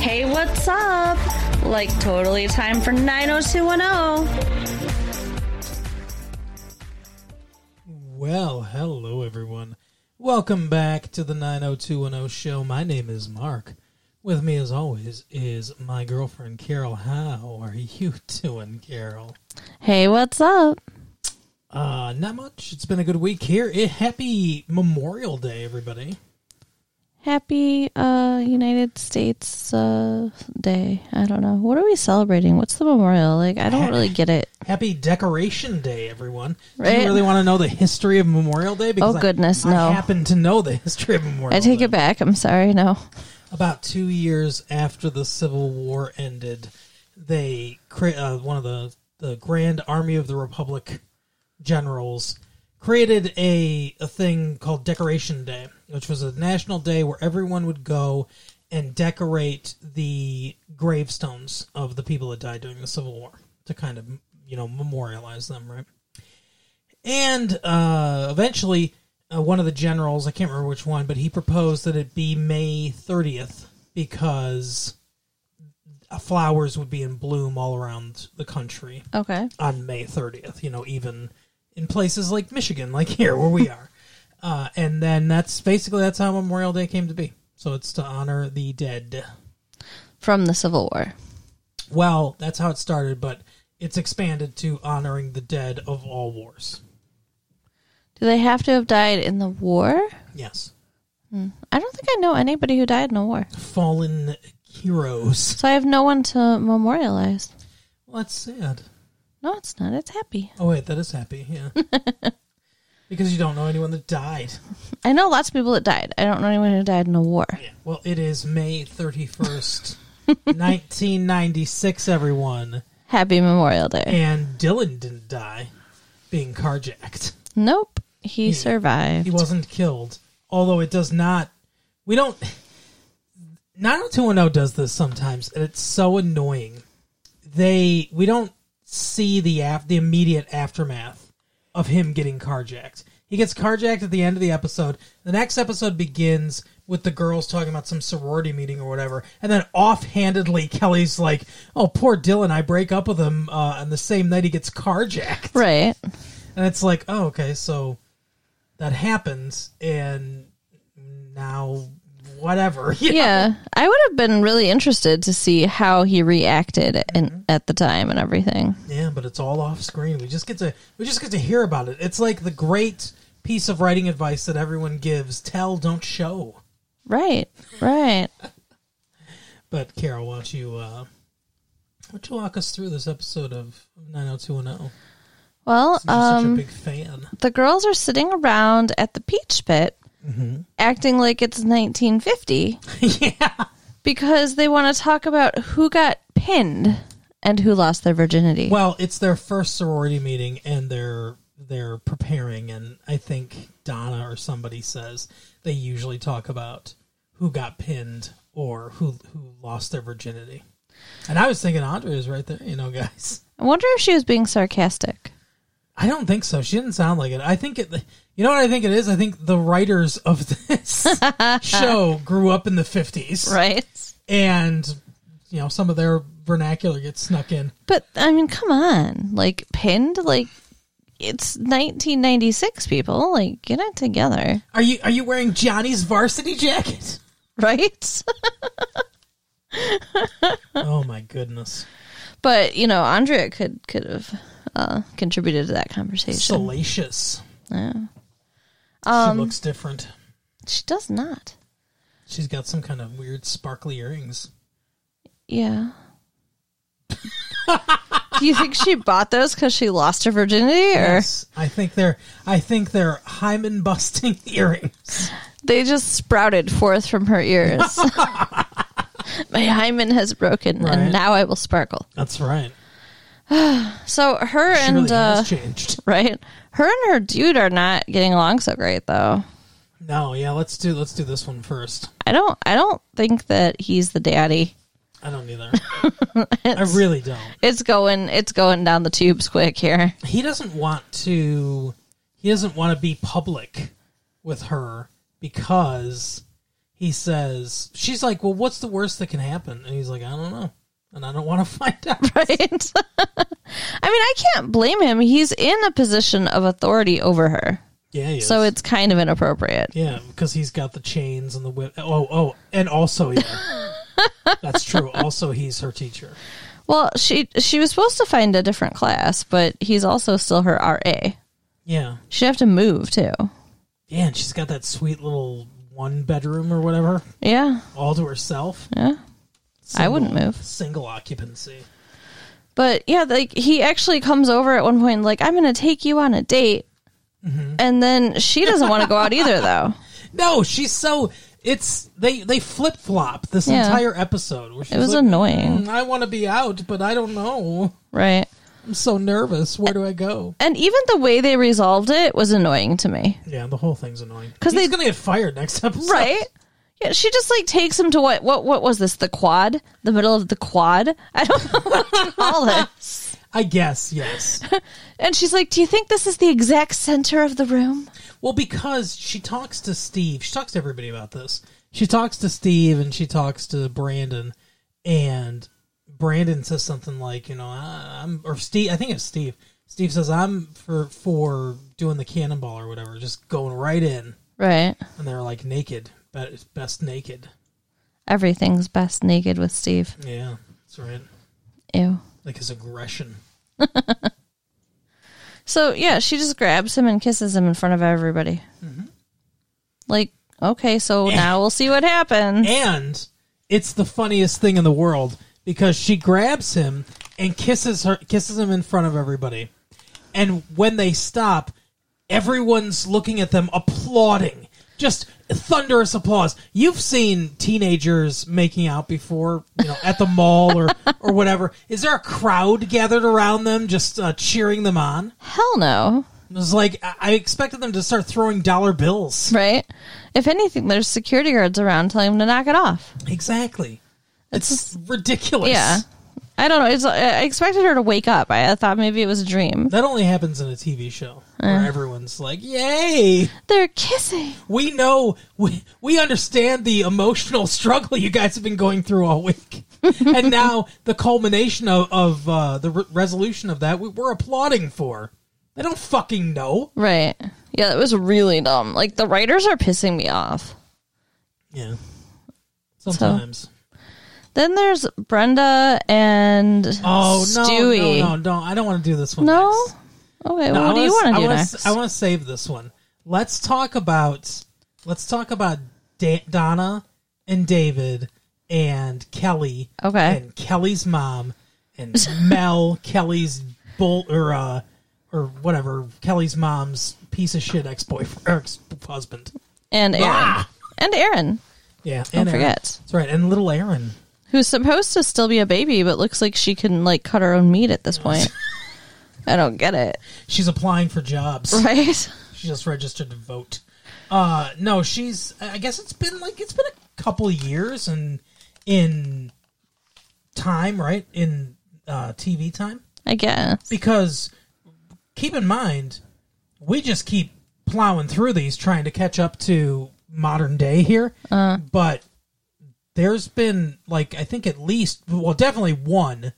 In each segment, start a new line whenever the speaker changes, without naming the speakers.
hey, what's up? Like, totally time for 90210.
Well, hello everyone. Welcome back to the 90210 show. My name is Mark. With me as always is my girlfriend Carol. How are you doing, Carol?
Hey, what's up?
Uh, not much. It's been a good week here. Eh, happy Memorial Day, everybody.
Happy uh, United States uh, Day. I don't know. What are we celebrating? What's the memorial? Like, I don't really get it.
Happy Decoration Day, everyone. Do
Right. Oh,
you really want to know the history of Memorial Day? Because I-
goodness,
I,
no.
happen to know the history of Memorial
I take
Day.
it back. I'm sorry. No.
about two years after the Civil War ended, they cre- uh, one of the the Grand Army of the Republic generals created a a thing called Decoration Day, which was a national day where everyone would go and decorate the gravestones of the people that died during the Civil War to kind of you know memorialize them, right? And uh, eventually, uh, one of the generals, I can't remember which one, but he proposed that it be May 30th because uh, flowers would be in bloom all around the country
Okay.
on May 30th, you know, even in places like Michigan, like here where we are. Uh, and then that's basically that's how Memorial Day came to be. So it's to honor the dead.
From the Civil War.
Well, that's how it started, but it's expanded to honoring the dead of all wars.
Do they have to have died in the war?
Yes.
I don't think I know anybody who died in a war.
Fallen heroes.
So I have no one to memorialize.
Well, that's sad.
No, it's not. It's happy.
Oh wait, that is happy. Yeah, because you don't know anyone that died.
I know lots of people that died. I don't know anyone who died in a war.
Yeah. Well, it is May thirty first, nineteen ninety six. Everyone
Happy Memorial Day.
and Dylan didn't die, being carjacked.
Nope. He survived.
He wasn't killed. Although it does not, we don't. Nine hundred two one zero does this sometimes, and it's so annoying. They we don't see the af- the immediate aftermath of him getting carjacked. He gets carjacked at the end of the episode. The next episode begins with the girls talking about some sorority meeting or whatever, and then offhandedly Kelly's like, "Oh, poor Dylan, I break up with him uh, on the same night he gets carjacked."
Right.
And it's like, oh, okay, so that happens, and now whatever. You know?
Yeah. I would have been really interested to see how he reacted in, at the time and everything.
Yeah, but it's all off screen. We just get to we just get to hear about it. It's like the great piece of writing advice that everyone gives: tell, don't show.
Right. Right.
But Carol, why don't you uh, why don't you walk us through this episode of nine hundred two one zero?
Well,
You're
um,
such a big fan.
the girls are sitting around at the peach pit acting like it's 1950
yeah,
because they want to talk about who got pinned and who lost their virginity.
Well, it's their first sorority meeting, and they're they're preparing. And I think Donna or somebody says they usually talk about who got pinned or who who lost their virginity. And I was thinking Andrea is right there, you know, guys.
I wonder if she was being sarcastic.
I don't think so. She didn't sound like it. I think it. You know what I think it is? I think the writers of this show grew up in the fifties,
Right?
and you know some of their vernacular gets snuck in.
But, I mean, come on. Like, pinned? Like, it's 1996, people. Like, get it together.
Are you are you wearing Johnny's varsity jacket?
Right?
oh my goodness.
but, you know, Andrea could, could have uh, contributed to that conversation.
Salacious.
Yeah. Um,
she looks different.
She does not.
She's got some kind of weird sparkly earrings.
Yeah. Do you think she bought those because she lost her virginity, or
Yes, I think they're I think they're hymen busting earrings.
they just sprouted forth from her ears? My hymen has broken,
Right.
and now I will sparkle.
That's right.
So her
She
and
really
uh,
has changed.
right, her and her dude are not getting along so great, though.
No, yeah, let's do let's do this one first.
I don't, I don't think that he's the daddy.
I don't either. I really don't.
It's going, it's going down the tubes quick here.
He doesn't want to he doesn't want to be public with her because he says she's like, "Well, what's the worst that can happen?" And he's like, "I don't know." And I don't want to find out.
right? I mean, I can't blame him. He's in a position of authority over her.
Yeah, he
So
is.
it's kind of inappropriate.
Yeah, because he's got the chains and the whip. Oh, oh, and also, yeah, that's true. Also, he's her teacher.
Well, she she was supposed to find a different class, but he's also still her RA.
Yeah,
She'd have to move too.
yeah, and she's got that sweet little one bedroom or whatever,
Yeah,
all to herself.
yeah. I wouldn't
Single-
move.
Single occupancy.
But yeah, like he actually comes over at one point, like I'm going to take you on a date,
Mm-hmm.
and then she doesn't want to go out either, though.
No, she's so it's they they flip flop this
Yeah.
entire episode. Where she's
was
like,
annoying.
"Mm, I want to be out, but I don't know.
Right.
I'm so nervous. Where do I go?
And even the way they resolved it was annoying to me.
Yeah, the whole thing's annoying.
'Cause
Because he's
they-
gonna get fired next episode,
Right? Yeah, she just like takes him to what what what was this? The quad? The middle of the quad? I don't know what to call this.
I guess. Yes.
And she's like, "Do you think this is the exact center of the room?"
Well, because she talks to Steve. She talks to everybody about this. She talks to Steve and she talks to Brandon, and Brandon says something like, you know, "I- I'm or Steve. I think it's Steve. Steve says I'm for for doing the cannonball or whatever, just going right in.
Right.
And they're like naked, but it's best naked.
Everything's best naked with Steve.
Yeah, that's right.
Ew.
Like his aggression.
So yeah, she just grabs him and kisses him in front of everybody.
Mm-hmm.
Like, okay, so now we'll see what happens.
Eh. and it's the funniest thing in the world because she grabs him and kisses her kisses him in front of everybody and when they stop everyone's looking at them applauding just thunderous applause you've seen teenagers making out before you know at the mall or or whatever is there a crowd gathered around them just uh, cheering them on
Hell no,
it was like I- i expected them to start throwing dollar bills
right? If anything, there's security guards around telling him to knock it off.
exactly it's ridiculous
Yeah. I don't know. It's, I expected her to wake up. I, I thought maybe it was a dream.
That only happens in a TV show
Eh.
where everyone's like, "Yay!
They're kissing.
We know we we understand the emotional struggle you guys have been going through all week." and now the culmination of, of uh, the re- resolution of that we, we're applauding for. They don't fucking know.
Right. Yeah, it was really dumb. Like, the writers are pissing me off.
Yeah. Sometimes.
Then there's Brenda and
oh no,
Stewie.
no, no, no! I don't want to do this one.
No?
next.
Okay, well,
I
what do you
wanna-
want to do
I wanna,
next?
I want to save this one. Let's talk about let's talk about da- Donna and David and Kelly.
Okay.
And Kelly's mom and Mel Kelly's bull or uh or whatever Kelly's mom's piece of shit ex boyfriend ex husband.
and Aaron.
Ah!
And Aaron,
Yeah.
don't
and Aaron.
forget.
That's right. And little Aaron.
Who's supposed to still be a baby, but looks like she can, like, cut her own meat at this point. I don't get it.
She's applying for jobs.
Right?
She just registered to vote. Uh no, she's I guess it's been like it's been a couple of years and in time, right? In uh TV time.
I guess.
Because keep in mind, we just keep plowing through these trying to catch up to modern day here.
Uh.
but there's been like I think at least well definitely one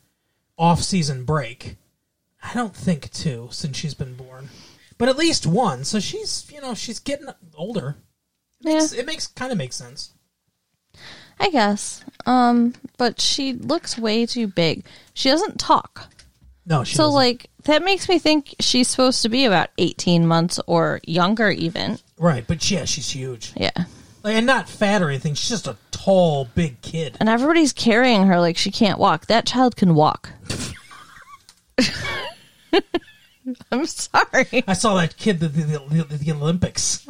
off season break. I don't think two since she's been born. But at least one. So she's you know, she's getting older. It
Yeah.
makes, it makes kind of makes sense.
I guess. Um, but she looks way too big. She doesn't talk.
No, she
so
doesn't.
like that makes me think she's supposed to be about 18 months or younger even.
right, but yeah, she's huge.
Yeah.
Like, and not fat or anything. She's just a tall, big kid.
And everybody's carrying her like she can't walk. That child can walk. I'm sorry.
I saw that kid at the, the, the, the Olympics.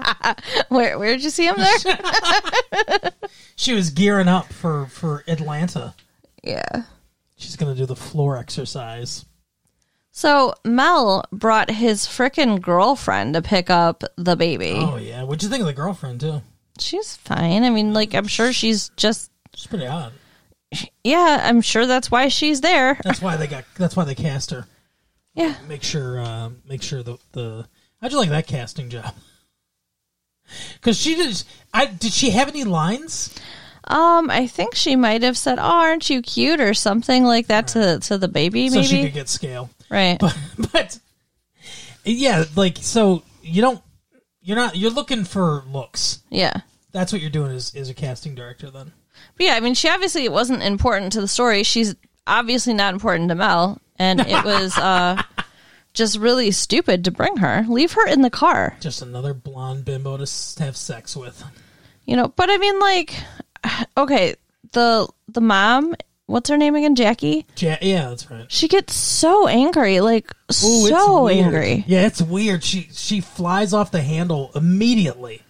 Where where did you see him there?
She was gearing up for, for Atlanta.
yeah.
She's going to do the floor exercise.
So Mel brought his frickin' girlfriend to pick up the baby.
Oh, yeah. What'd you think of the girlfriend, too?
She's fine. I mean, like I'm sure she's just
She's pretty hot.
yeah, I'm sure that's why she's there.
That's why they got. That's why they cast her. um,
Yeah.
Make sure. Uh, make sure the the. How'd you like that casting job? Because she did. I did she have any lines?
Um, I think she might have said, "Oh, aren't you cute?" or something like that to to the baby,
So she
maybe.
could get scale.
right.
But but yeah, like so you don't you're not you're looking for looks.
yeah.
That's what you're doing as is a casting director then.
But yeah, I mean, she obviously wasn't important to the story. She's obviously not important to Mel, and it was uh, just really stupid to bring her. Leave her in the car,
Just another blonde bimbo to s- have sex with.
you know. But I mean, like, okay, the the mom, what's her name again? Jackie.
Ja- yeah, that's right.
She gets so angry, like
Ooh, it's
so
weird.
angry.
Yeah, it's weird. She she flies off the handle immediately.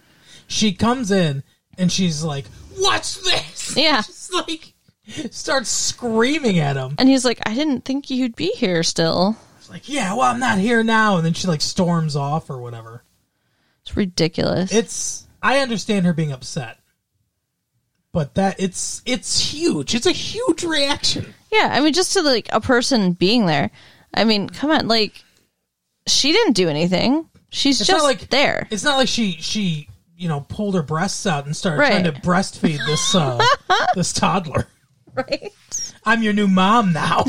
She comes in and she's like, "What's this?"
Yeah.
She's like starts screaming at him.
And he's like, "I didn't think you'd be here still."
It's like, "Yeah, well, I'm not here now." And then she like storms off or whatever.
It's ridiculous.
It's I understand her being upset. But that it's it's huge. It's a huge reaction.
Yeah, I mean, just to like a person being there. I mean, come on, like she didn't do anything. She's
It's
just
not like
there.
It's not like she she you know pulled her breasts out and started
Right.
trying to breastfeed this uh, this toddler.
Right.
I'm your new mom now.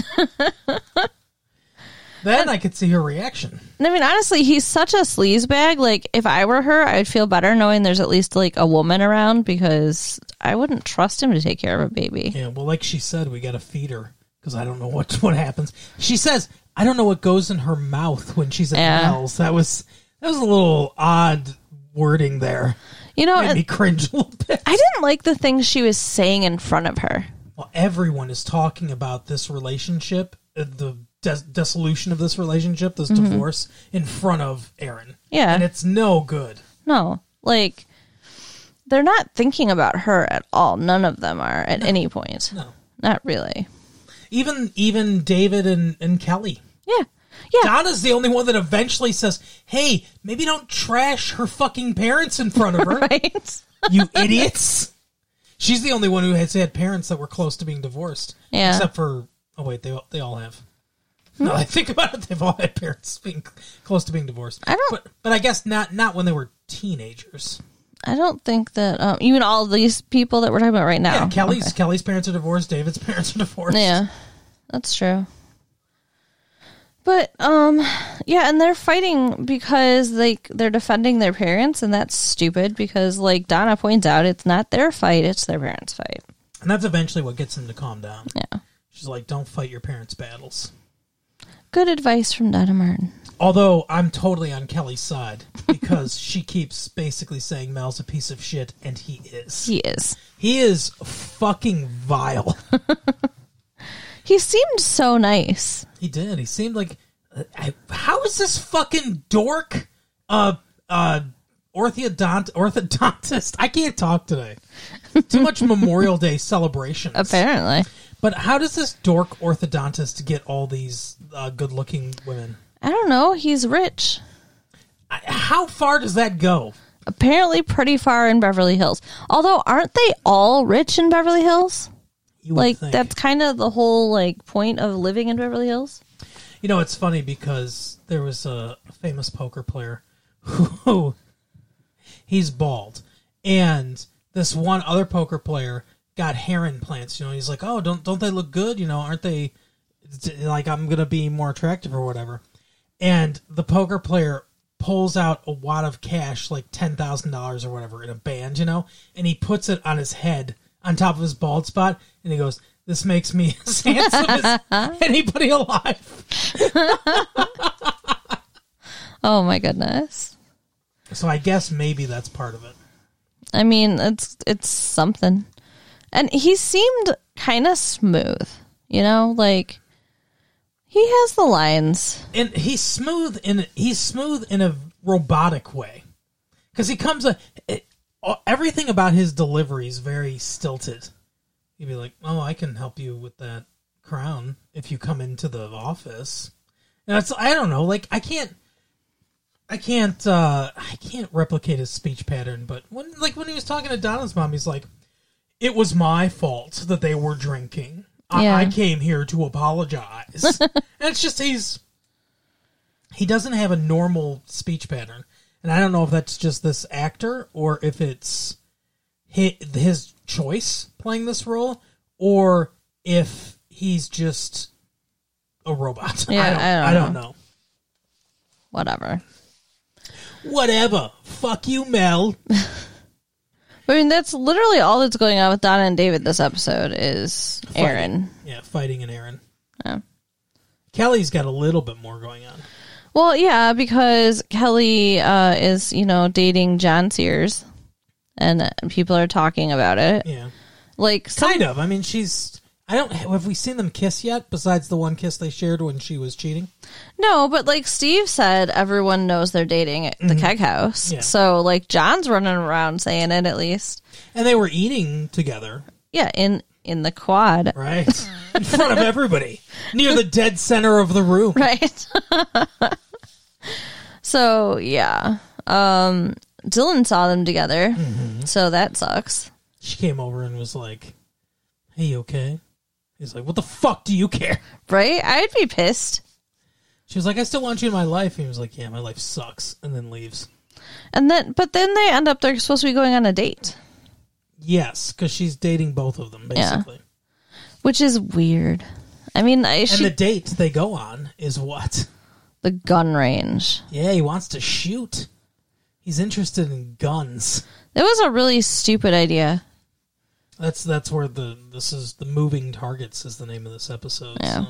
then I could see her reaction.
And I mean, honestly, he's such a sleazebag. Like, if I were her, I'd feel better knowing there's at least like a woman around because I wouldn't trust him to take care of a baby.
Yeah, well, like she said, we got to feed her because I don't know what what happens. She says, "I don't know what goes in her mouth when she's at
Yeah.
Mel's." That was that was a little odd wording there.
You know,
Made me
and
cringe a little bit.
I didn't like the things she was saying in front of her.
Well, everyone is talking about this relationship, uh, the des- dissolution of this relationship, this divorce, in front of Aaron.
Mm-hmm. Yeah.
and it's no good.
No, like they're not thinking about her at all. None of them are at any point.
No.
Not really.
Even even David and, and Kelly.
Yeah. Yeah.
Donna's the only one that eventually says, "Hey, maybe don't trash her fucking parents in front of her,
right?
you idiots." She's the only one who has had parents that were close to being divorced.
Yeah.
Except for oh wait, they all- they all have. No, I think about it, they've all had parents being close to being divorced.
I don't-
But, but I guess not not when they were teenagers.
I don't think that um, even all these people that we're talking about right now.
Yeah, Kelly's Kelly's parents are divorced. David's parents are divorced.
Oh, Yeah, that's true. But um, yeah, and they're fighting because like they're defending their parents, and that's stupid because like Donna points out, it's not their fight; it's their parents' fight.
and that's eventually what gets him to calm down.
Yeah,
She's like, "Don't fight your parents' battles."
good advice from Donna Martin.
Although I'm totally on Kelly's side because she keeps basically saying Mel's a piece of shit, and he is.
He is.
He is fucking vile.
He seemed so nice.
he did. He seemed like. uh, I, how is this fucking dork? Uh, uh, orthodont orthodontist. I can't talk today. Too much Memorial Day celebrations.
Apparently,
But how does this dork orthodontist get all these uh, good-looking women?
I don't know. He's rich.
I, how far does that go?
Apparently, pretty far in Beverly Hills. Although, aren't they all rich in Beverly Hills?
You would
like
think.
that's kind of the whole like point of living in Beverly Hills.
You know, it's funny because there was a famous poker player who he's bald, and this one other poker player got hair implants. You know, he's like, "Oh, don't don't they look good? You know, aren't they it's- like I'm gonna be more attractive or whatever?" And the poker player pulls out a wad of cash, like ten thousand dollars or whatever, in a band, you know, and he puts it on his head, on top of his bald spot, and he goes. This makes me as handsome as anybody alive.
Oh my goodness.
So I guess maybe that's part of it.
I mean, it's it's something. And he seemed kind of smooth, you know, like he has the lines.
And he's smooth in he's smooth in a robotic way, because he comes a it- all- everything about his delivery is very stilted. He'd be like, "Oh, I can help you with that crown if you come into the office." And it's I don't know, like I can't. I can't uh I can't replicate his speech pattern, but when like when he was talking to Donna's mom, he's like, It was my fault that they were drinking. I,
Yeah.
I came here to apologize. and it's just he's he doesn't have a normal speech pattern. And I don't know if that's just this actor or if it's hi- his choice playing this role or if he's just a robot.
Yeah, I don't
I don't know.
Whatever.
Whatever. Fuck you, Mel.
I mean, that's literally all that's going on with Donna and David this episode is Aaron.
Yeah, fighting an Aaron. Kelly's got a little bit more going on.
Well, yeah, because Kelly uh, is, you know, dating John Sears, and uh, people are talking about it.
Yeah.
Like, some,
Kind of. I mean, she's. I don't. Have we seen them kiss yet? Besides the one kiss they shared when she was cheating.
no, but like Steve said, everyone knows they're dating at the keg house.
Yeah.
So, like, John's running around saying it at least.
And they were eating together,
Yeah, in in the quad,
right? In front of everybody. Near the dead center of the room.
right? so, yeah. Um, Dylan saw them together, so that sucks.
She came over and was like, Hey, you okay? He's like, What the fuck do you care?
Right? I'd be pissed.
She was like, I still want you in my life. He was like, Yeah, my life sucks. And then leaves.
And then, but then they end up, they're supposed to be going on a date,
Yes, because she's dating both of them,
Yeah.
basically.
which is weird. I mean, I,
And
she,
the
the-,
date they go on is what?
gun range.
Yeah, he wants to shoot. He's interested in guns.
It was a really stupid idea.
That's that's where the this is the moving targets is the name of this episode.
Yeah.
so.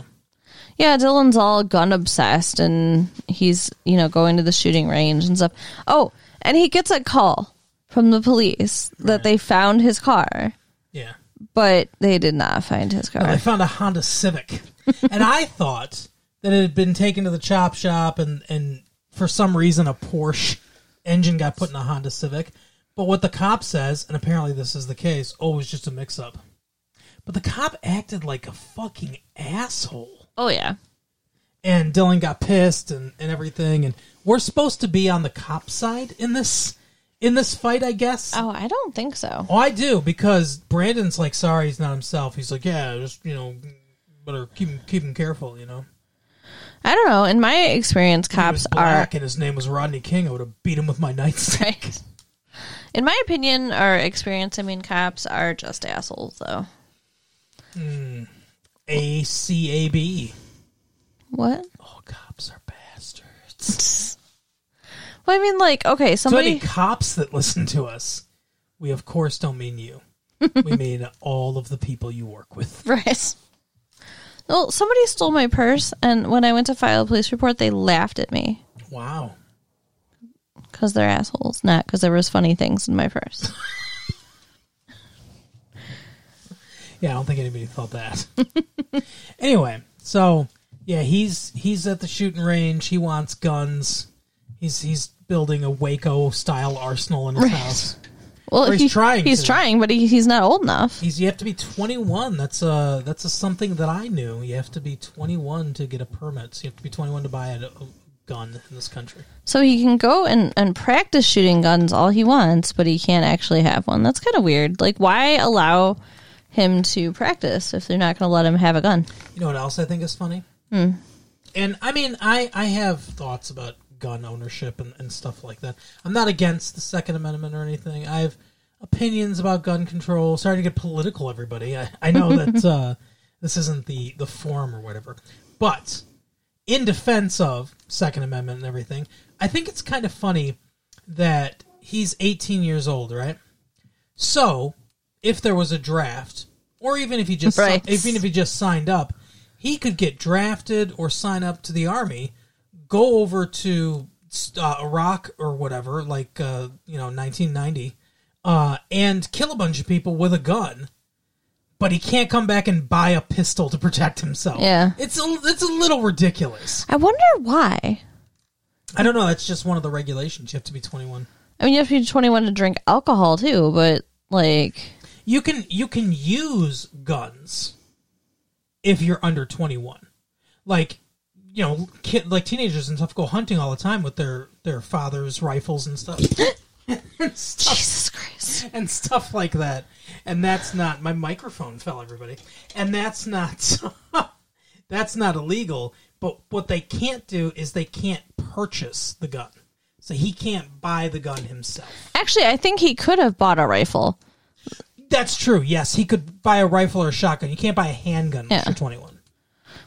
Yeah, Dylan's all gun obsessed and he's, you know, going to the shooting range and stuff. Oh, and he gets a call from the police that they found his car,
Yeah.
but they did not find his car.
I found a Honda Civic. and I thought that it had been taken to the chop shop and, and for some reason a Porsche engine got put in a Honda Civic. But what the cop says, and apparently this is the case, oh, it was just a mix up. But the cop acted like a fucking asshole.
oh, yeah.
and Dylan got pissed and, and everything and we're supposed to be on the cop side in this in this fight, I guess.
Oh, I don't think so.
Oh, I do because Brandon's like sorry he's not himself. He's like, Yeah, just you know better keep him keep him careful, you know.
I don't know. In my experience,
He
cops
was
are.
black and his name was Rodney King, I would have beat him with my nightstick.
Right. In my opinion, or experience, I mean, cops are just assholes, though.
A C A B. E.
What?
Oh cops are bastards.
Well, I mean, like, okay,
So any
somebody.
cops that listen to us, we of course don't mean you. we mean all of the people you work with.
Right. Well, somebody stole my purse, and when I went to file a police report, they laughed at me
Wow.
because they're assholes, not because there was funny things in my purse.
Yeah, I don't think anybody thought that. anyway, so yeah, he's he's at the shooting range. He wants guns. He's he's building a Waco style arsenal in his house.
Well,
Or he's
he-
trying
He's
to.
trying, but he, he's not old enough.
He's you have to be 21. That's a that's a something that I knew. You have to be 21 to get a permit. So you have to be 21 to buy a, a gun in this country.
So he can go and, and practice shooting guns all he wants, but he can't actually have one. That's kind of weird. Like, why allow him to practice if they're not going to let him have a gun?
You know what else I think is funny? And I mean, I, I have thoughts about gun ownership and, and stuff like that. I'm not against the Second Amendment or anything. I have opinions about gun control. Sorry to get political, everybody. I, I know that uh, this isn't the, the forum or whatever. But in defense of Second Amendment and everything, I think it's kind of funny that he's 18 years old, right? So, if there was a draft, or even if he just
Right.
even if he just signed up, he could get drafted or sign up to the army, go over to uh, Iraq or whatever, like uh, you know, 1990, uh, and kill a bunch of people with a gun. But he can't come back and buy a pistol to protect himself.
Yeah.
it's a, it's a little ridiculous.
I wonder why.
I don't know. That's just one of the regulations. You have to be 21.
I mean, you have to be 21 to drink alcohol, too, but like,
you can you can use guns if you're under 21 like you know kid, like teenagers and stuff go hunting all the time with their their father's rifles and stuff and stuff
Jesus Christ.
and stuff like that and that's not my microphone fell everybody and that's not that's not illegal but what they can't do is they can't purchase the gun so he can't buy the gun himself.
Actually, I think he could have bought a rifle.
That's true. Yes, he could buy a rifle or a shotgun. You can't buy a handgun unless
Yeah.
you're 21.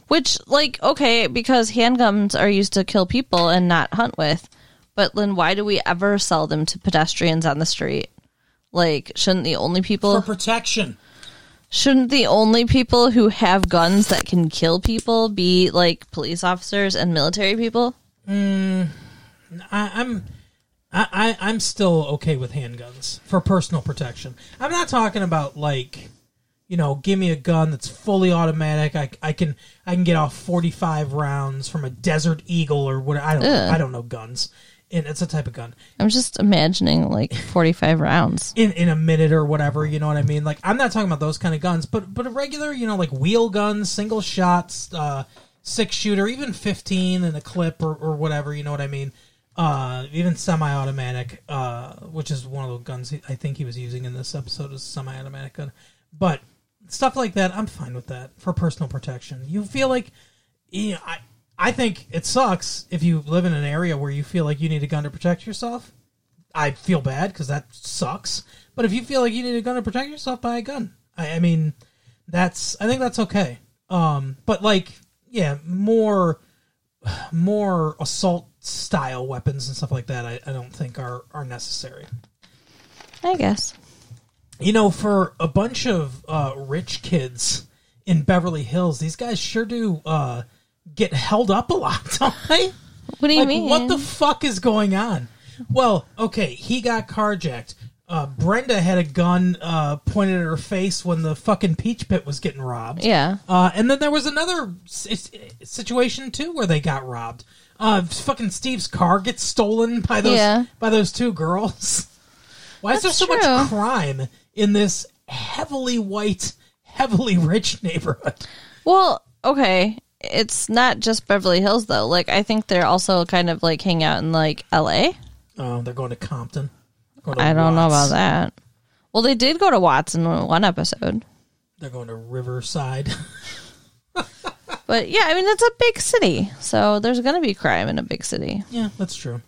Which, like, okay, because handguns are used to kill people and not hunt with. But then why do we ever sell them to pedestrians on the street? Like, shouldn't the only people
For protection.
shouldn't the only people who have guns that can kill people be like police officers and military people?
I, I'm I, I I'm still okay with handguns for personal protection. I'm not talking about like you know, give me a gun that's fully automatic. I, I can I can get off 45 rounds from a Desert Eagle or what I don't I don't know guns. And it's a type of gun.
I'm just imagining like 45 rounds.
In in a minute or whatever, you know what I mean? Like I'm not talking about those kind of guns, but but a regular, you know, like wheel guns, single shots, uh six shooter, even 15 and a clip or, or whatever, you know what I mean? Uh, even semi-automatic, uh, which is one of the guns he, I think he was using in this episode is semi-automatic gun. But stuff like that, I'm fine with that for personal protection. You feel like, you know, I I think it sucks if you live in an area where you feel like you need a gun to protect yourself. I feel bad because that sucks. But if you feel like you need a gun to protect yourself, buy a gun. I, I mean, that's I think that's okay. Um, but like, yeah, more more assault style weapons and stuff like that. I, I don't think are are necessary.
I guess.
You know, for a bunch of uh, rich kids in Beverly Hills, these guys sure do uh, get held up a lot, don't they?
What do you
Like,
mean?
what the fuck is going on? Well, okay, he got carjacked. Uh, Brenda had a gun uh, pointed at her face when the fucking peach pit was getting robbed.
Yeah.
Uh, and then there was another s- s- situation too where they got robbed. Uh, fucking Steve's car gets stolen by those
Yeah.
by those two girls. Why is there
That's
so
true.
much crime in this heavily white, heavily rich neighborhood?
Well, okay. It's not just Beverly Hills though. Like I think they're also kind of like hang out in like LA.
Oh, they're going to Compton. Going to
I don't know about
Watts.
that. Well, they did go to Watts in one episode.
They're going to Riverside.
But yeah, I mean it's a big city. So there's going to be crime in a big city.
yeah, that's true.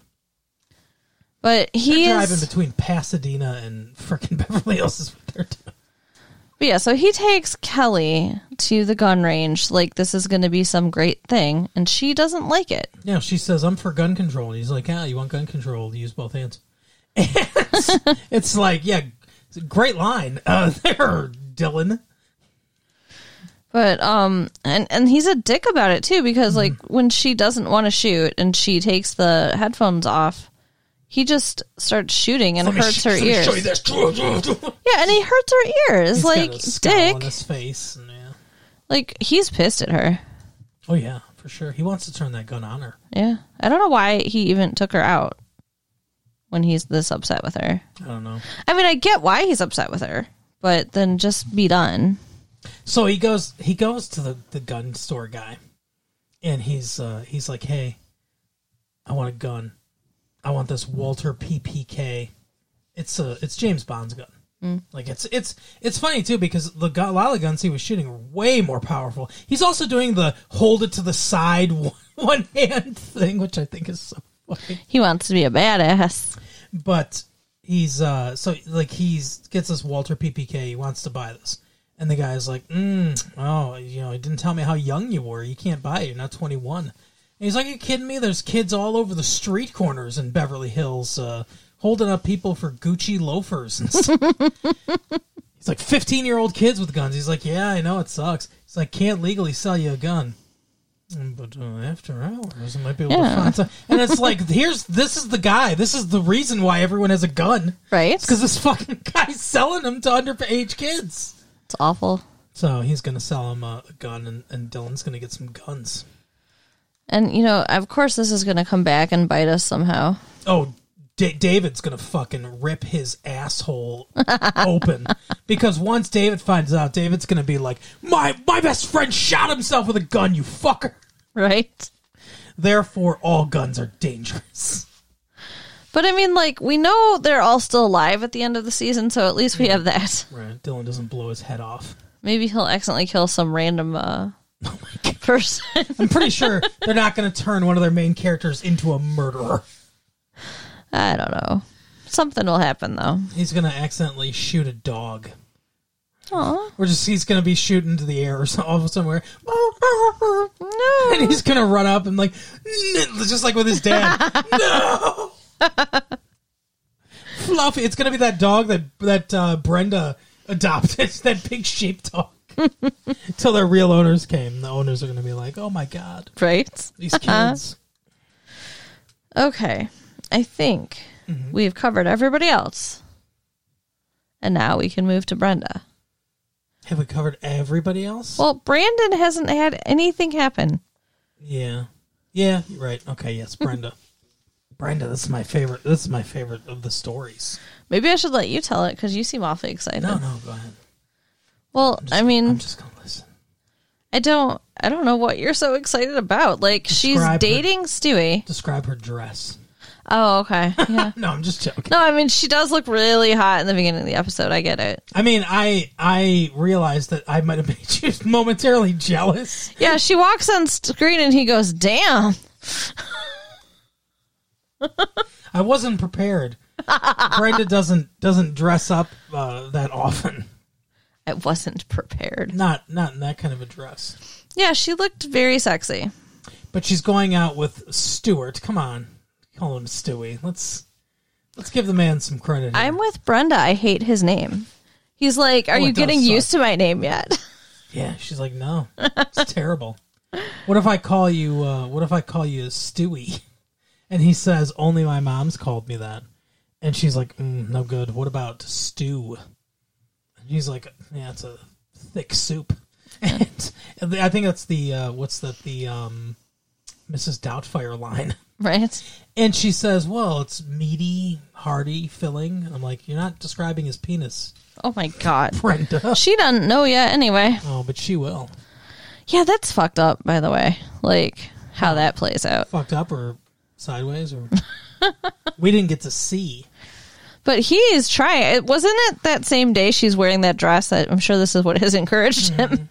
But he
They're
is
driving between Pasadena and freaking Beverly Hills is what they're doing.
But yeah, so he takes Kelly to the gun range like this is going to be some great thing and she doesn't like it.
Yeah, she says, I'm for gun control. And he's like, ah, you want gun control? Use both hands. it's, it's like, yeah, it's a great line uh, there, Dylan.
But um and and he's a dick about it too because like
Mm.
when she doesn't want to shoot and she takes the headphones off, he just starts shooting and hurts her
Let me
ears.
show you this.
Yeah, and he hurts her ears
He's
like
got a scowl on
dick.
his face. and, yeah.
Like he's pissed at her.
Oh, yeah, for sure. He wants to turn that gun on her.
Yeah. I don't know why he even took her out when he's this upset with her.
I don't know.
I mean, I get why he's upset with her, but then just be done.
So he goes he goes to the, the gun store guy and he's uh, he's like, Hey, I want a gun. I want this Walter PPK. It's a it's James Bond's gun. Like it's it's it's funny too because the gu- a lot of the guns he was shooting were way more powerful. He's also doing the hold it to the side one, one hand thing, which I think is so funny
He wants to be a badass.
but he's uh so like he's gets this Walter PPK. He wants to buy this, and the guy's like, mm, "Oh, you know, he didn't tell me how young you were. You can't buy it. You're not 21." And he's like, "Are you kidding me? There's kids all over the street corners in Beverly Hills uh, holding up people for Gucci loafers." And stuff. he's like, "15 year old kids with guns." He's like, "Yeah, I know it sucks." He's like, "Can't legally sell you a gun." Mm, But uh, after hours, I might be able
Yeah.
to find some. And it's like, here's this is the guy. This is the reason why everyone has a gun.
Right?
It's because this fucking guy's selling them to underage kids.
It's awful.
So he's gonna sell him a, a gun, and, and Dylan's gonna get some guns.
And, you know, of course, this is going to come back and bite us somehow.
Oh, Da David's gonna fucking rip his asshole open because once David finds out, David's gonna be like, my my best friend shot himself with a gun. You fucker.
Right?
Therefore, all guns are dangerous.
But I mean, like, we know they're all still alive at the end of the season, so at least we have that.
Right? Dylan doesn't blow his head off.
Maybe he'll accidentally kill some random uh,
Oh
person.
I'm pretty sure they're not going to turn one of their main characters into a murderer.
I don't know. Something will happen though.
He's gonna accidentally shoot a dog.
Oh
Or just he's gonna be shooting into the air or so, off somewhere.
no!
And he's gonna run up and like "N-" just like with his dad. no Fluffy, it's gonna be that dog that that uh, Brenda adopted, that big sheep dog. Until their real owners came. The owners are gonna be like, Oh my god,
Right?
these kids.
Okay. I think
Mm-hmm.
we've covered everybody else, and now we can move to Brenda.
Have we covered everybody else?
Well, Brandon hasn't had anything happen.
Yeah. Yeah, you're right. Okay, yes, Brenda. Brenda, this is my favorite. This is my favorite of the stories.
Maybe I should let you tell it because you seem awfully excited.
No, no, go ahead.
Well, I
I'm
mean,
just going to listen.
I don't, I don't know what you're so excited about. Like she's
Describe her.
dating Stewie.
Describe her dress.
Oh, okay. Yeah.
No, I'm just joking.
no, I mean she does look really hot in the beginning of the episode. I get it.
I mean, I I realized that I might have made you momentarily jealous.
Yeah, she walks on screen and he goes, "Damn."
I wasn't prepared. Brenda doesn't doesn't dress up uh, that often.
I wasn't prepared.
Not not in that kind of a dress.
Yeah, she looked very sexy.
But she's going out with Stuart. Come on, call him Stewie. Let's let's give the man some credit. here.
I'm with Brenda. I hate his name. He's like, "Are
Oh,
you
it does
getting
suck.
used to my name yet?"
Yeah, she's like, no, it's terrible. What if I call you? Uh, what if I call you Stewie? And he says, only my mom's called me that. And she's like, mm, no good. What about stew? And he's like, yeah, it's a thick soup. And I think that's the uh, what's that the um, Mrs. Doubtfire line.
right?
And she says, well, it's meaty, hearty, filling. I'm like, you're not describing his penis,
Oh my god.
Brenda.
She doesn't know yet anyway.
oh, but she will.
Yeah, that's fucked up, by the way. Like how that plays out.
fucked up or sideways or we didn't get to see
But he is trying. It wasn't it that same day she's wearing that dress that I'm sure this is what has encouraged
Mm-hmm.
him.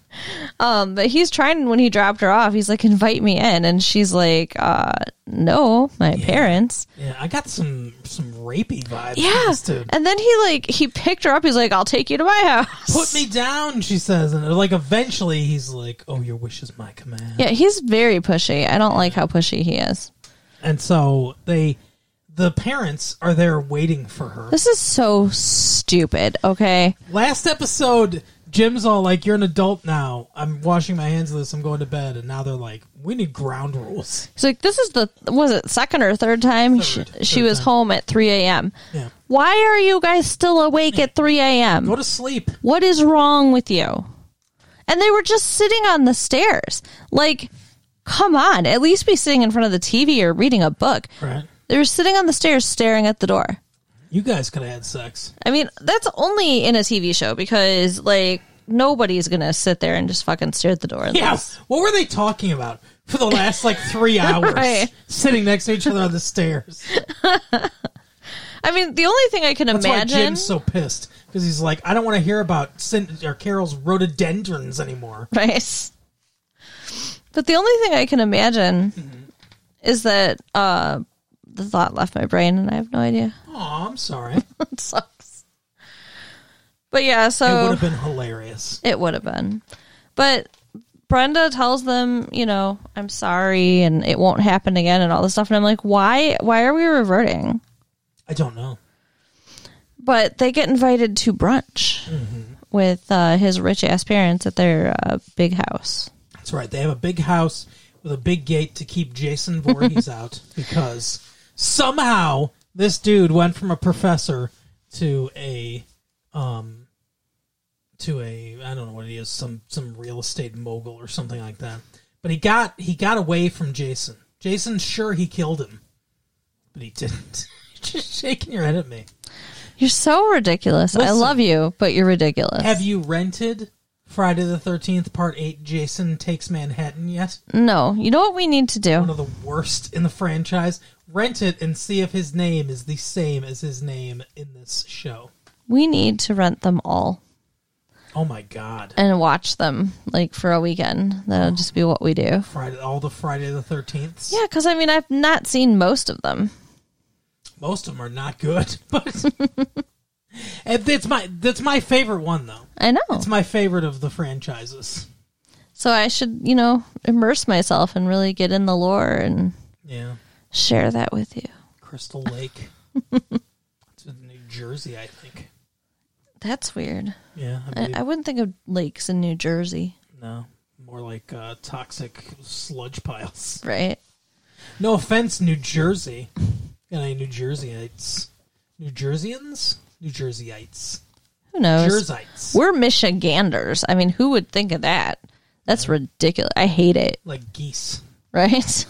Um, but he's trying when he dropped her off. He's like, "Invite me in," and she's like, uh, "No, my parents."
yeah i got some some rapey vibes from
Yeah,
this dude.
and then he like he picked her up. He's like, "I'll take you to my house."
put me down she says and like eventually he's like oh your wish is my command
Yeah, he's very pushy. I don't like how pushy he is.
and so they the parents are there waiting for her
This is so stupid. Okay,
last episode jim's all like you're an adult now i'm washing my hands of this i'm going to bed and now they're like we need ground rules
He's like, this is the was it second or third time she,
Third.
she
Third
was
time.
home at three a.m.
Yeah.
Why are you guys still awake at three
go
a.m.?
to sleep
What is wrong with you? And they were just sitting on the stairs. Like, come on, at least be sitting in front of the TV or reading a book.
right
They were sitting on the stairs, staring at the door.
you guys could have had sex
I mean, that's only in a TV show because like nobody's gonna sit there and just fucking stare at the door.
Yeah. What were they talking about for the last like three hours?
Right.
Sitting next to each other on the stairs.
I mean, the only thing I can
That's
imagine.
why Jim's so pissed because he's like, I don't want to hear about Sin- or Carol's rhododendrons anymore.
Right. But the only thing I can imagine
Mm-hmm.
is that uh, the thought left my brain and I have no idea.
Oh, I'm sorry.
it sucks. But yeah,
It would
so
have been hilarious.
it would have been. But Brenda tells them, you know, I'm sorry and it won't happen again and all this stuff. And I'm like, why? Why are we reverting?
I don't know.
But they get invited to brunch
Mm-hmm.
with uh, his rich ass parents at their uh, big house.
That's right. They have a big house with a big gate to keep Jason Voorhees out because somehow this dude went from a professor to a um to a I don't know what he is some some real estate mogul or something like that. But he got he got away from Jason. Jason's sure he killed him, but he didn't. Just shaking your head at me.
You're so ridiculous. I
Listen.
love you, but you're ridiculous.
Have you rented Friday the Thirteenth Part Eight: Jason Takes Manhattan yet?
no, you know what we need to
one
do?
of the worst in the franchise. Rent it and see if his name is the same as his name in this show.
We need to rent them all
Oh my god.
and watch them like for a weekend.
Oh.
That'll just be what we do.
Friday all the Friday the 13th.
Yeah, because I mean, I've not seen most of them.
most of them are not good, but and that's my that's my favorite one though.
I know.
It's my favorite of the franchises.
so I should, you know, immerse myself and really get in the lore and
Yeah,
share that with you.
Crystal Lake. it's in New Jersey, I think.
That's weird.
Yeah, I
I,
believe,
I wouldn't think of lakes in New Jersey,
no, more like uh, toxic sludge piles.
right?
No offense, New Jersey. And I New Jerseyites, New Jerseyans, New Jerseyites,
Who knows?
Jerseyites,
We're Michiganders. I mean, who would think of that? That's ridiculous. I hate it,
like geese.
right?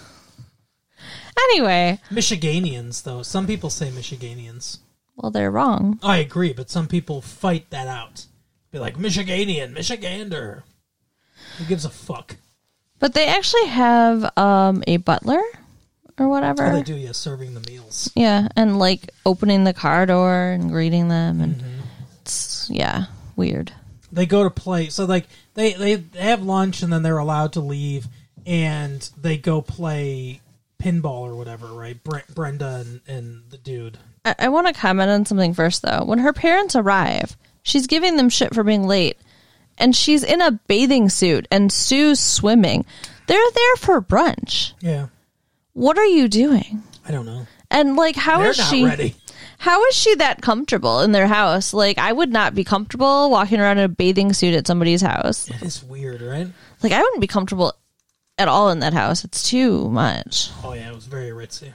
anyway,
Michiganians, though. Some people say Michiganians.
well, they're wrong.
I agree, but some people fight that out. Be like, Michiganian, Michigander. Who gives a fuck?
But they actually have um, a butler or whatever.
Oh, they do, yeah, serving the meals.
Yeah, and like opening the car door and greeting them, and
Mm-hmm.
it's yeah, weird.
They go to play. So, like, they, they they have lunch and then they're allowed to leave and they go play pinball or whatever, right? Bre- Brenda and, and the dude.
I, I want to comment on something first though. When her parents arrive, she's giving them shit for being late, and she's in a bathing suit, and Sue's swimming. They're there for brunch.
Yeah.
What are you doing?
I don't know.
And like, how
They're
is
not
she?
ready.
How is she that comfortable in their house? Like, I would not be comfortable walking around in a bathing suit at somebody's house.
It is weird, right?
Like, I wouldn't be comfortable at all in that house. It's too much.
Oh, yeah, it was very ritzy.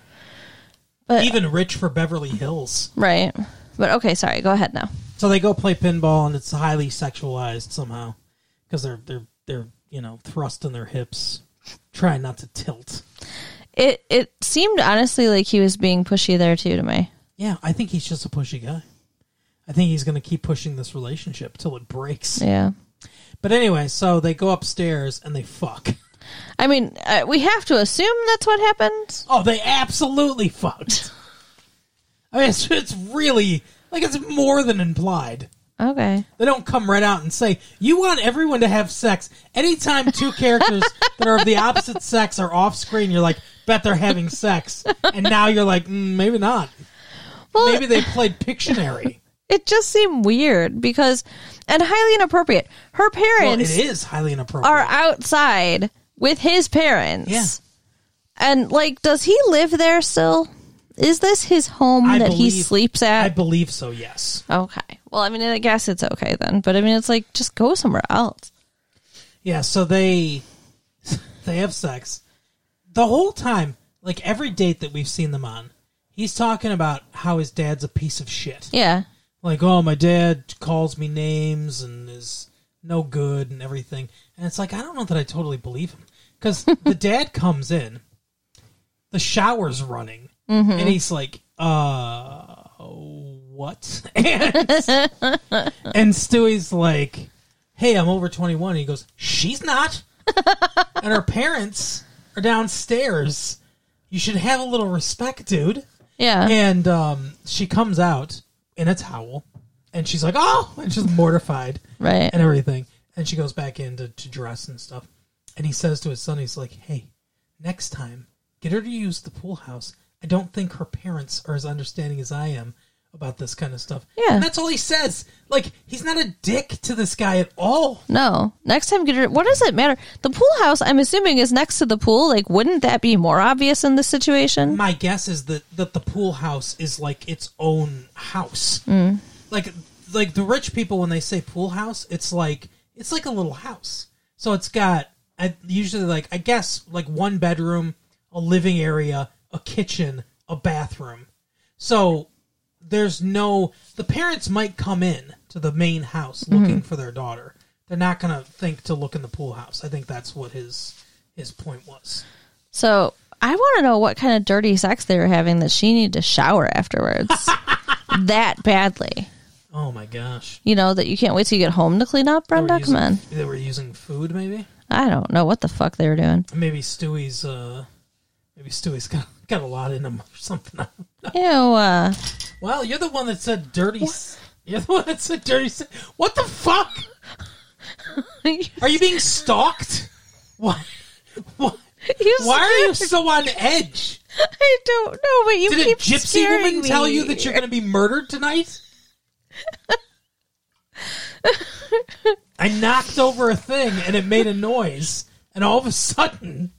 But-
Even rich for Beverly Hills.
Right. But okay, sorry. Go ahead now.
So they go play pinball, and it's highly sexualized somehow because they're they're they're you know thrusting their hips, trying not to tilt.
It it seemed honestly like he was being pushy there too to me.
Yeah, I think he's just a pushy guy. I think he's going to keep pushing this relationship till it breaks.
Yeah.
But anyway, so they go upstairs and they fuck.
I mean, uh, we have to assume that's what happened.
Oh, they absolutely fucked. I mean, it's, it's really like it's more than implied.
Okay.
They don't come right out and say, You want everyone to have sex. Anytime two characters that are of the opposite sex are off screen, you're like, Bet they're having sex. And now you're like, mm, Maybe not.
Well,
Maybe they played Pictionary.
it just seemed weird because and highly inappropriate. Her
Well, it
parents
is highly inappropriate.
are outside with his parents.
Yeah.
And like does he live there still? Is this his home
I
that he
believe-
sleeps
I
at?
believe so, yes.
okay. Well, I mean, I guess it's okay then. But I mean, it's like just go somewhere else.
Yeah, so they they have sex. The whole time, like every date that we've seen them on, he's talking about how his dad's a piece of shit.
Yeah.
like oh my dad calls me names and is no good and everything and it's like i don't know that i totally believe him because the dad comes in the shower's running and he's like uh what and, and stewie's like hey i'm over 21 and he goes she's not and her parents are downstairs you should have a little respect dude
Yeah.
and um, she comes out in a towel, and she's like, "Oh!" and she's mortified
Right.
and everything. And she goes back in to, to dress and stuff. And he says to his son, "He's like, hey, next time, get her to use the pool house. I don't think her parents are as understanding as I am about this kind of stuff."
Yeah.
and that's all he says. Like he's not a dick to this guy at all.
No. Next time, get her. What does it matter? The pool house, I'm assuming, is next to the pool. Like, wouldn't that be more obvious in this situation?
My guess is that that the pool house is like its own house. Like like the rich people when they say pool house, it's like it's like a little house. So it's got I, usually like I guess like one bedroom, a living area, a kitchen, a bathroom. So there's no the parents might come in to the main house looking for their daughter. They're not going to think to look in the pool house. I think that's what his his point was.
So, I want to know what kind of dirty sex they were having that she needed to shower afterwards that badly.
Oh my gosh.
You know, that you can't wait till you get home to clean up,
They were
Brenda?
using-
Come on.
They were using food, maybe.
I don't know what the fuck they were doing.
Maybe Stewie's. uh Maybe Stewie's got got a lot in him or something.
Ew. Uh,
well, you're the one that said dirty. s You're the one that said dirty. s What the fuck? Are you being stalked? What? What?
You
Why are you so on edge?
I don't know, but you
Did a
keep
gypsy
scaring
woman
me.
tell you that you're going to be murdered tonight? I knocked over a thing and it made a noise, and all of a sudden,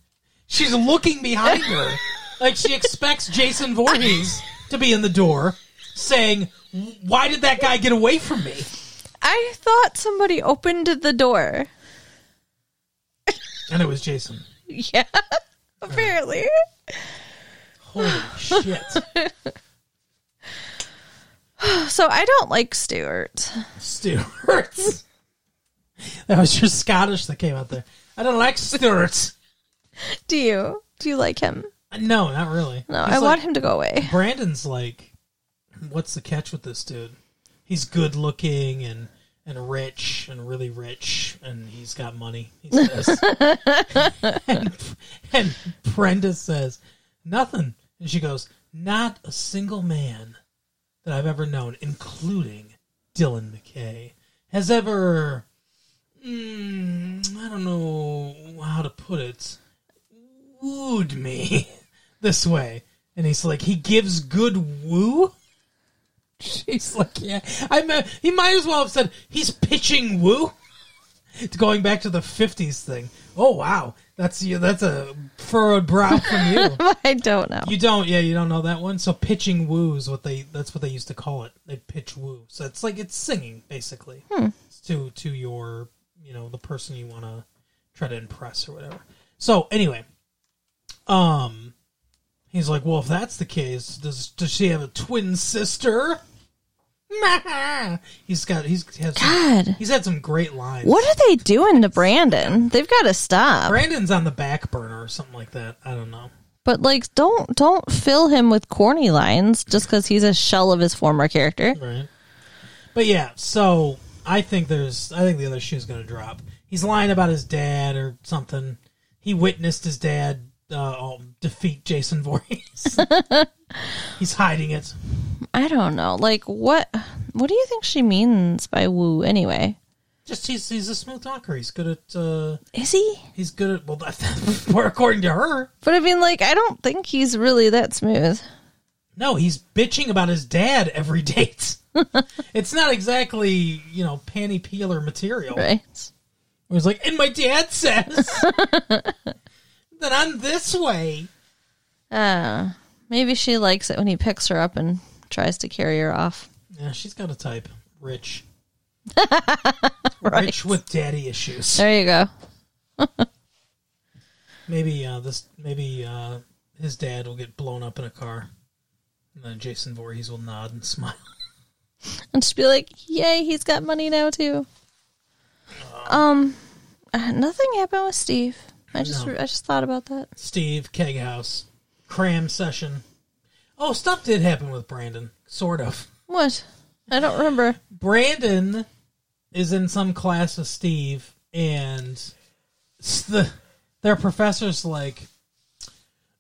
she's looking behind her like she expects Jason Voorhees to be in the door, saying, "Why did that guy get away from me?"
I thought somebody opened the door.
And it was Jason.
Yeah, apparently.
Holy shit!
So I don't like Stuart.
Stuart. That was your Scottish that came out there. I don't like Stuart.
Do you? Do you like him?
No, not really.
No,
He's
I
like-
want him to go away.
Brandon's like, what's the catch with this dude? He's good looking and and rich and really rich and he's got money. He says, and, and Brenda says nothing, and she goes, not a single man that I've ever known, including Dylan McKay, has ever. Mm, I don't know how to put it wooed me this way. And he's like, he gives good woo? She's like, yeah. I mean, he might as well have said, he's pitching woo. It's going back to the 50s thing. Oh, wow. That's you. That's a furrowed brow from you.
I don't know.
You don't, yeah, you don't know that one. So pitching woo is what they that's what they used to call it. They pitch woo. So it's like it's singing basically
Hmm.
It's to to your you know the person you want to try to impress or whatever. So anyway, um, he's like, well, if that's the case, does does she have a twin sister? he's got he's has
God.
he's had some great lines.
What are they doing to Brandon? They've got to stop.
Brandon's on the back burner or something like that. I don't know.
But like, don't don't fill him with corny lines just because he's a shell of his former character.
Right. But yeah, so I think there's I think the other shoe's gonna drop. He's lying about his dad or something. He witnessed his dad uh, defeat Jason Voorhees. He's hiding it.
I don't know. Like, what what do you think she means by woo? Anyway,
Just he's he's a smooth talker. He's good at uh,
is he?
he's good at well, or according to her.
But I mean, like, I don't think he's really that smooth.
No, he's bitching about his dad every date. it's not exactly you know panty peeler material.
Right.
I was like, and my dad says that I'm this way.
Uh, maybe she likes it when he picks her up and tries to carry her off.
Yeah, she's got a type. Rich. Rich with daddy issues.
There you go.
Maybe uh, this. Maybe uh, his dad will get blown up in a car, and then Jason Voorhees will nod and smile.
And just be like, yay, he's got money now too. Um, uh, nothing happened with Steve. I just
No.
I just thought about that.
Steve Keghouse, cram session. Oh, stuff did happen with Brandon, sort of.
What? I don't remember.
Brandon is in some class with Steve, and s- the their professor's like,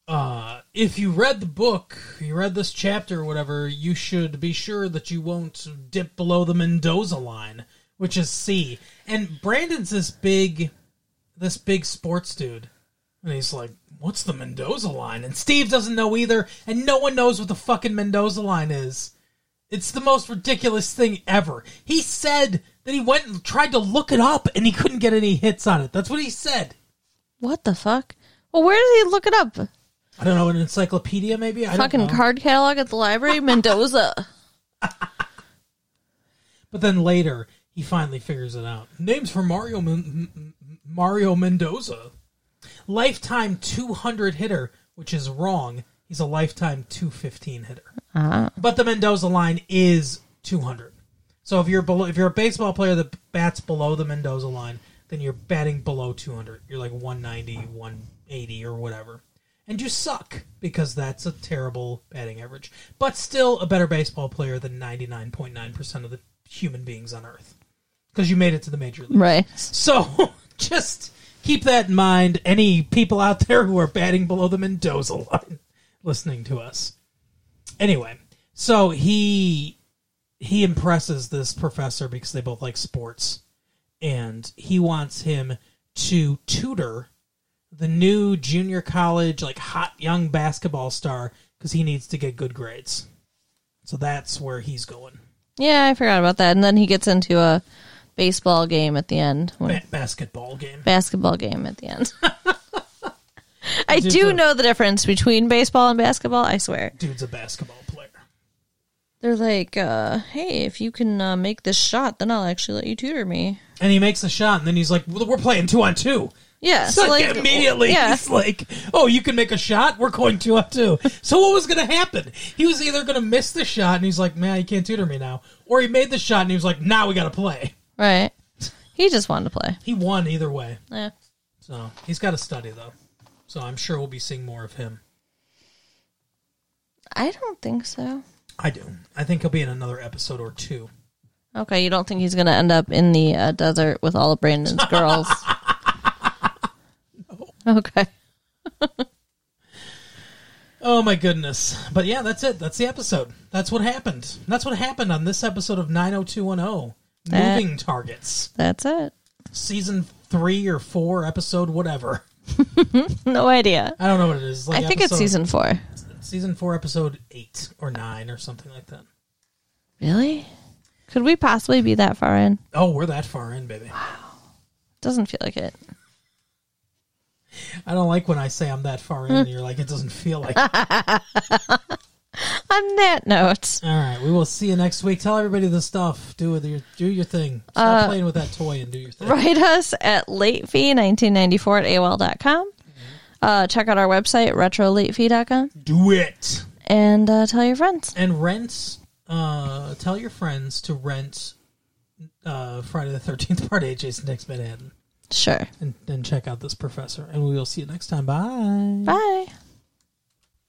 uh, if you read the book, you read this chapter or whatever, you should be sure that you won't dip below the Mendoza line, which is C. And Brandon's this big, this big sports dude, and he's like. What's the Mendoza line? And Steve doesn't know either, and no one knows what the fucking Mendoza line is. It's the most ridiculous thing ever. He said that he went and tried to look it up and he couldn't get any hits on it. That's what he said.
What the fuck? Well, where did he look it up?
I don't know, an encyclopedia maybe? I
Fucking
don't know.
card catalog at the library, Mendoza.
But then later, he finally figures it out. Names for Mario Men- M- M- Mario Mendoza. Lifetime 200 hitter, which is wrong. He's a lifetime 215 hitter. But the Mendoza line is 200. So if you're below, if you're a baseball player that bats below the Mendoza line, then you're batting below 200. You're like 190, 180 or whatever. And you suck because that's a terrible batting average, but still a better baseball player than 99.9% of the human beings on earth because you made it to the major leagues.
Right.
So just keep that in mind. Any people out there who are batting below the Mendoza line listening to us. Anyway, so he he impresses this professor because they both like sports, and he wants him to tutor the new junior college, like hot young basketball star, because he needs to get good grades. So that's where he's going.
Yeah, I forgot about that. And then he gets into a baseball game at the end. When,
Ba- basketball game.
basketball game at the end. I
Dude's
do
a-
know the difference between baseball and basketball, I swear.
Dude's a basketball player.
They're like, uh, hey, if you can uh, make this shot, then I'll actually let you tutor me.
And he makes a shot, and then he's like, "Well, "We're playing two on two.
Yeah,
So like, immediately,
Yeah,
he's like, "Oh, you can make a shot. We're going two on two. So what was going to happen? He was either going to miss the shot, and he's like, "Man, you can't tutor me now," or he made the shot, and he was like, "Now we got to play."
right. He just wanted to play.
He won either way.
Yeah.
So he's got to study though. So I'm sure we'll be seeing more of him.
I don't think so.
I do. I think he'll be in another episode or two.
Okay, you don't think he's going to end up in the uh, desert with all of Brandon's girls? Okay.
Oh my goodness. But yeah, that's it. That's the episode. That's what happened. That's what happened on this episode of 90210
That-
Moving Targets.
That's it.
Season 3 or 4 episode whatever.
No idea.
I don't know what it is. Like
I think it's
episode-
season four.
season 4 episode 8 or 9 or something like that.
Really? Could we possibly be that far in?
Oh, we're that far in, baby.
Doesn't feel like it.
I don't like when I say I'm that far in
Hmm.
and you're like it doesn't feel like. All
On that note,
right, we will see you next week. Tell everybody the stuff. Do with your do your thing. Stop
Uh,
playing with that toy and do your thing.
write us at latefee1994 at AOL.com. Uh, check out our website, retrolatefee.com,
Do it.
and uh, tell your friends.
and rent uh tell your friends to rent uh friday the 13th part eight jason takes manhattan
Sure.
and, and check out this professor and we will see you next time bye
Bye.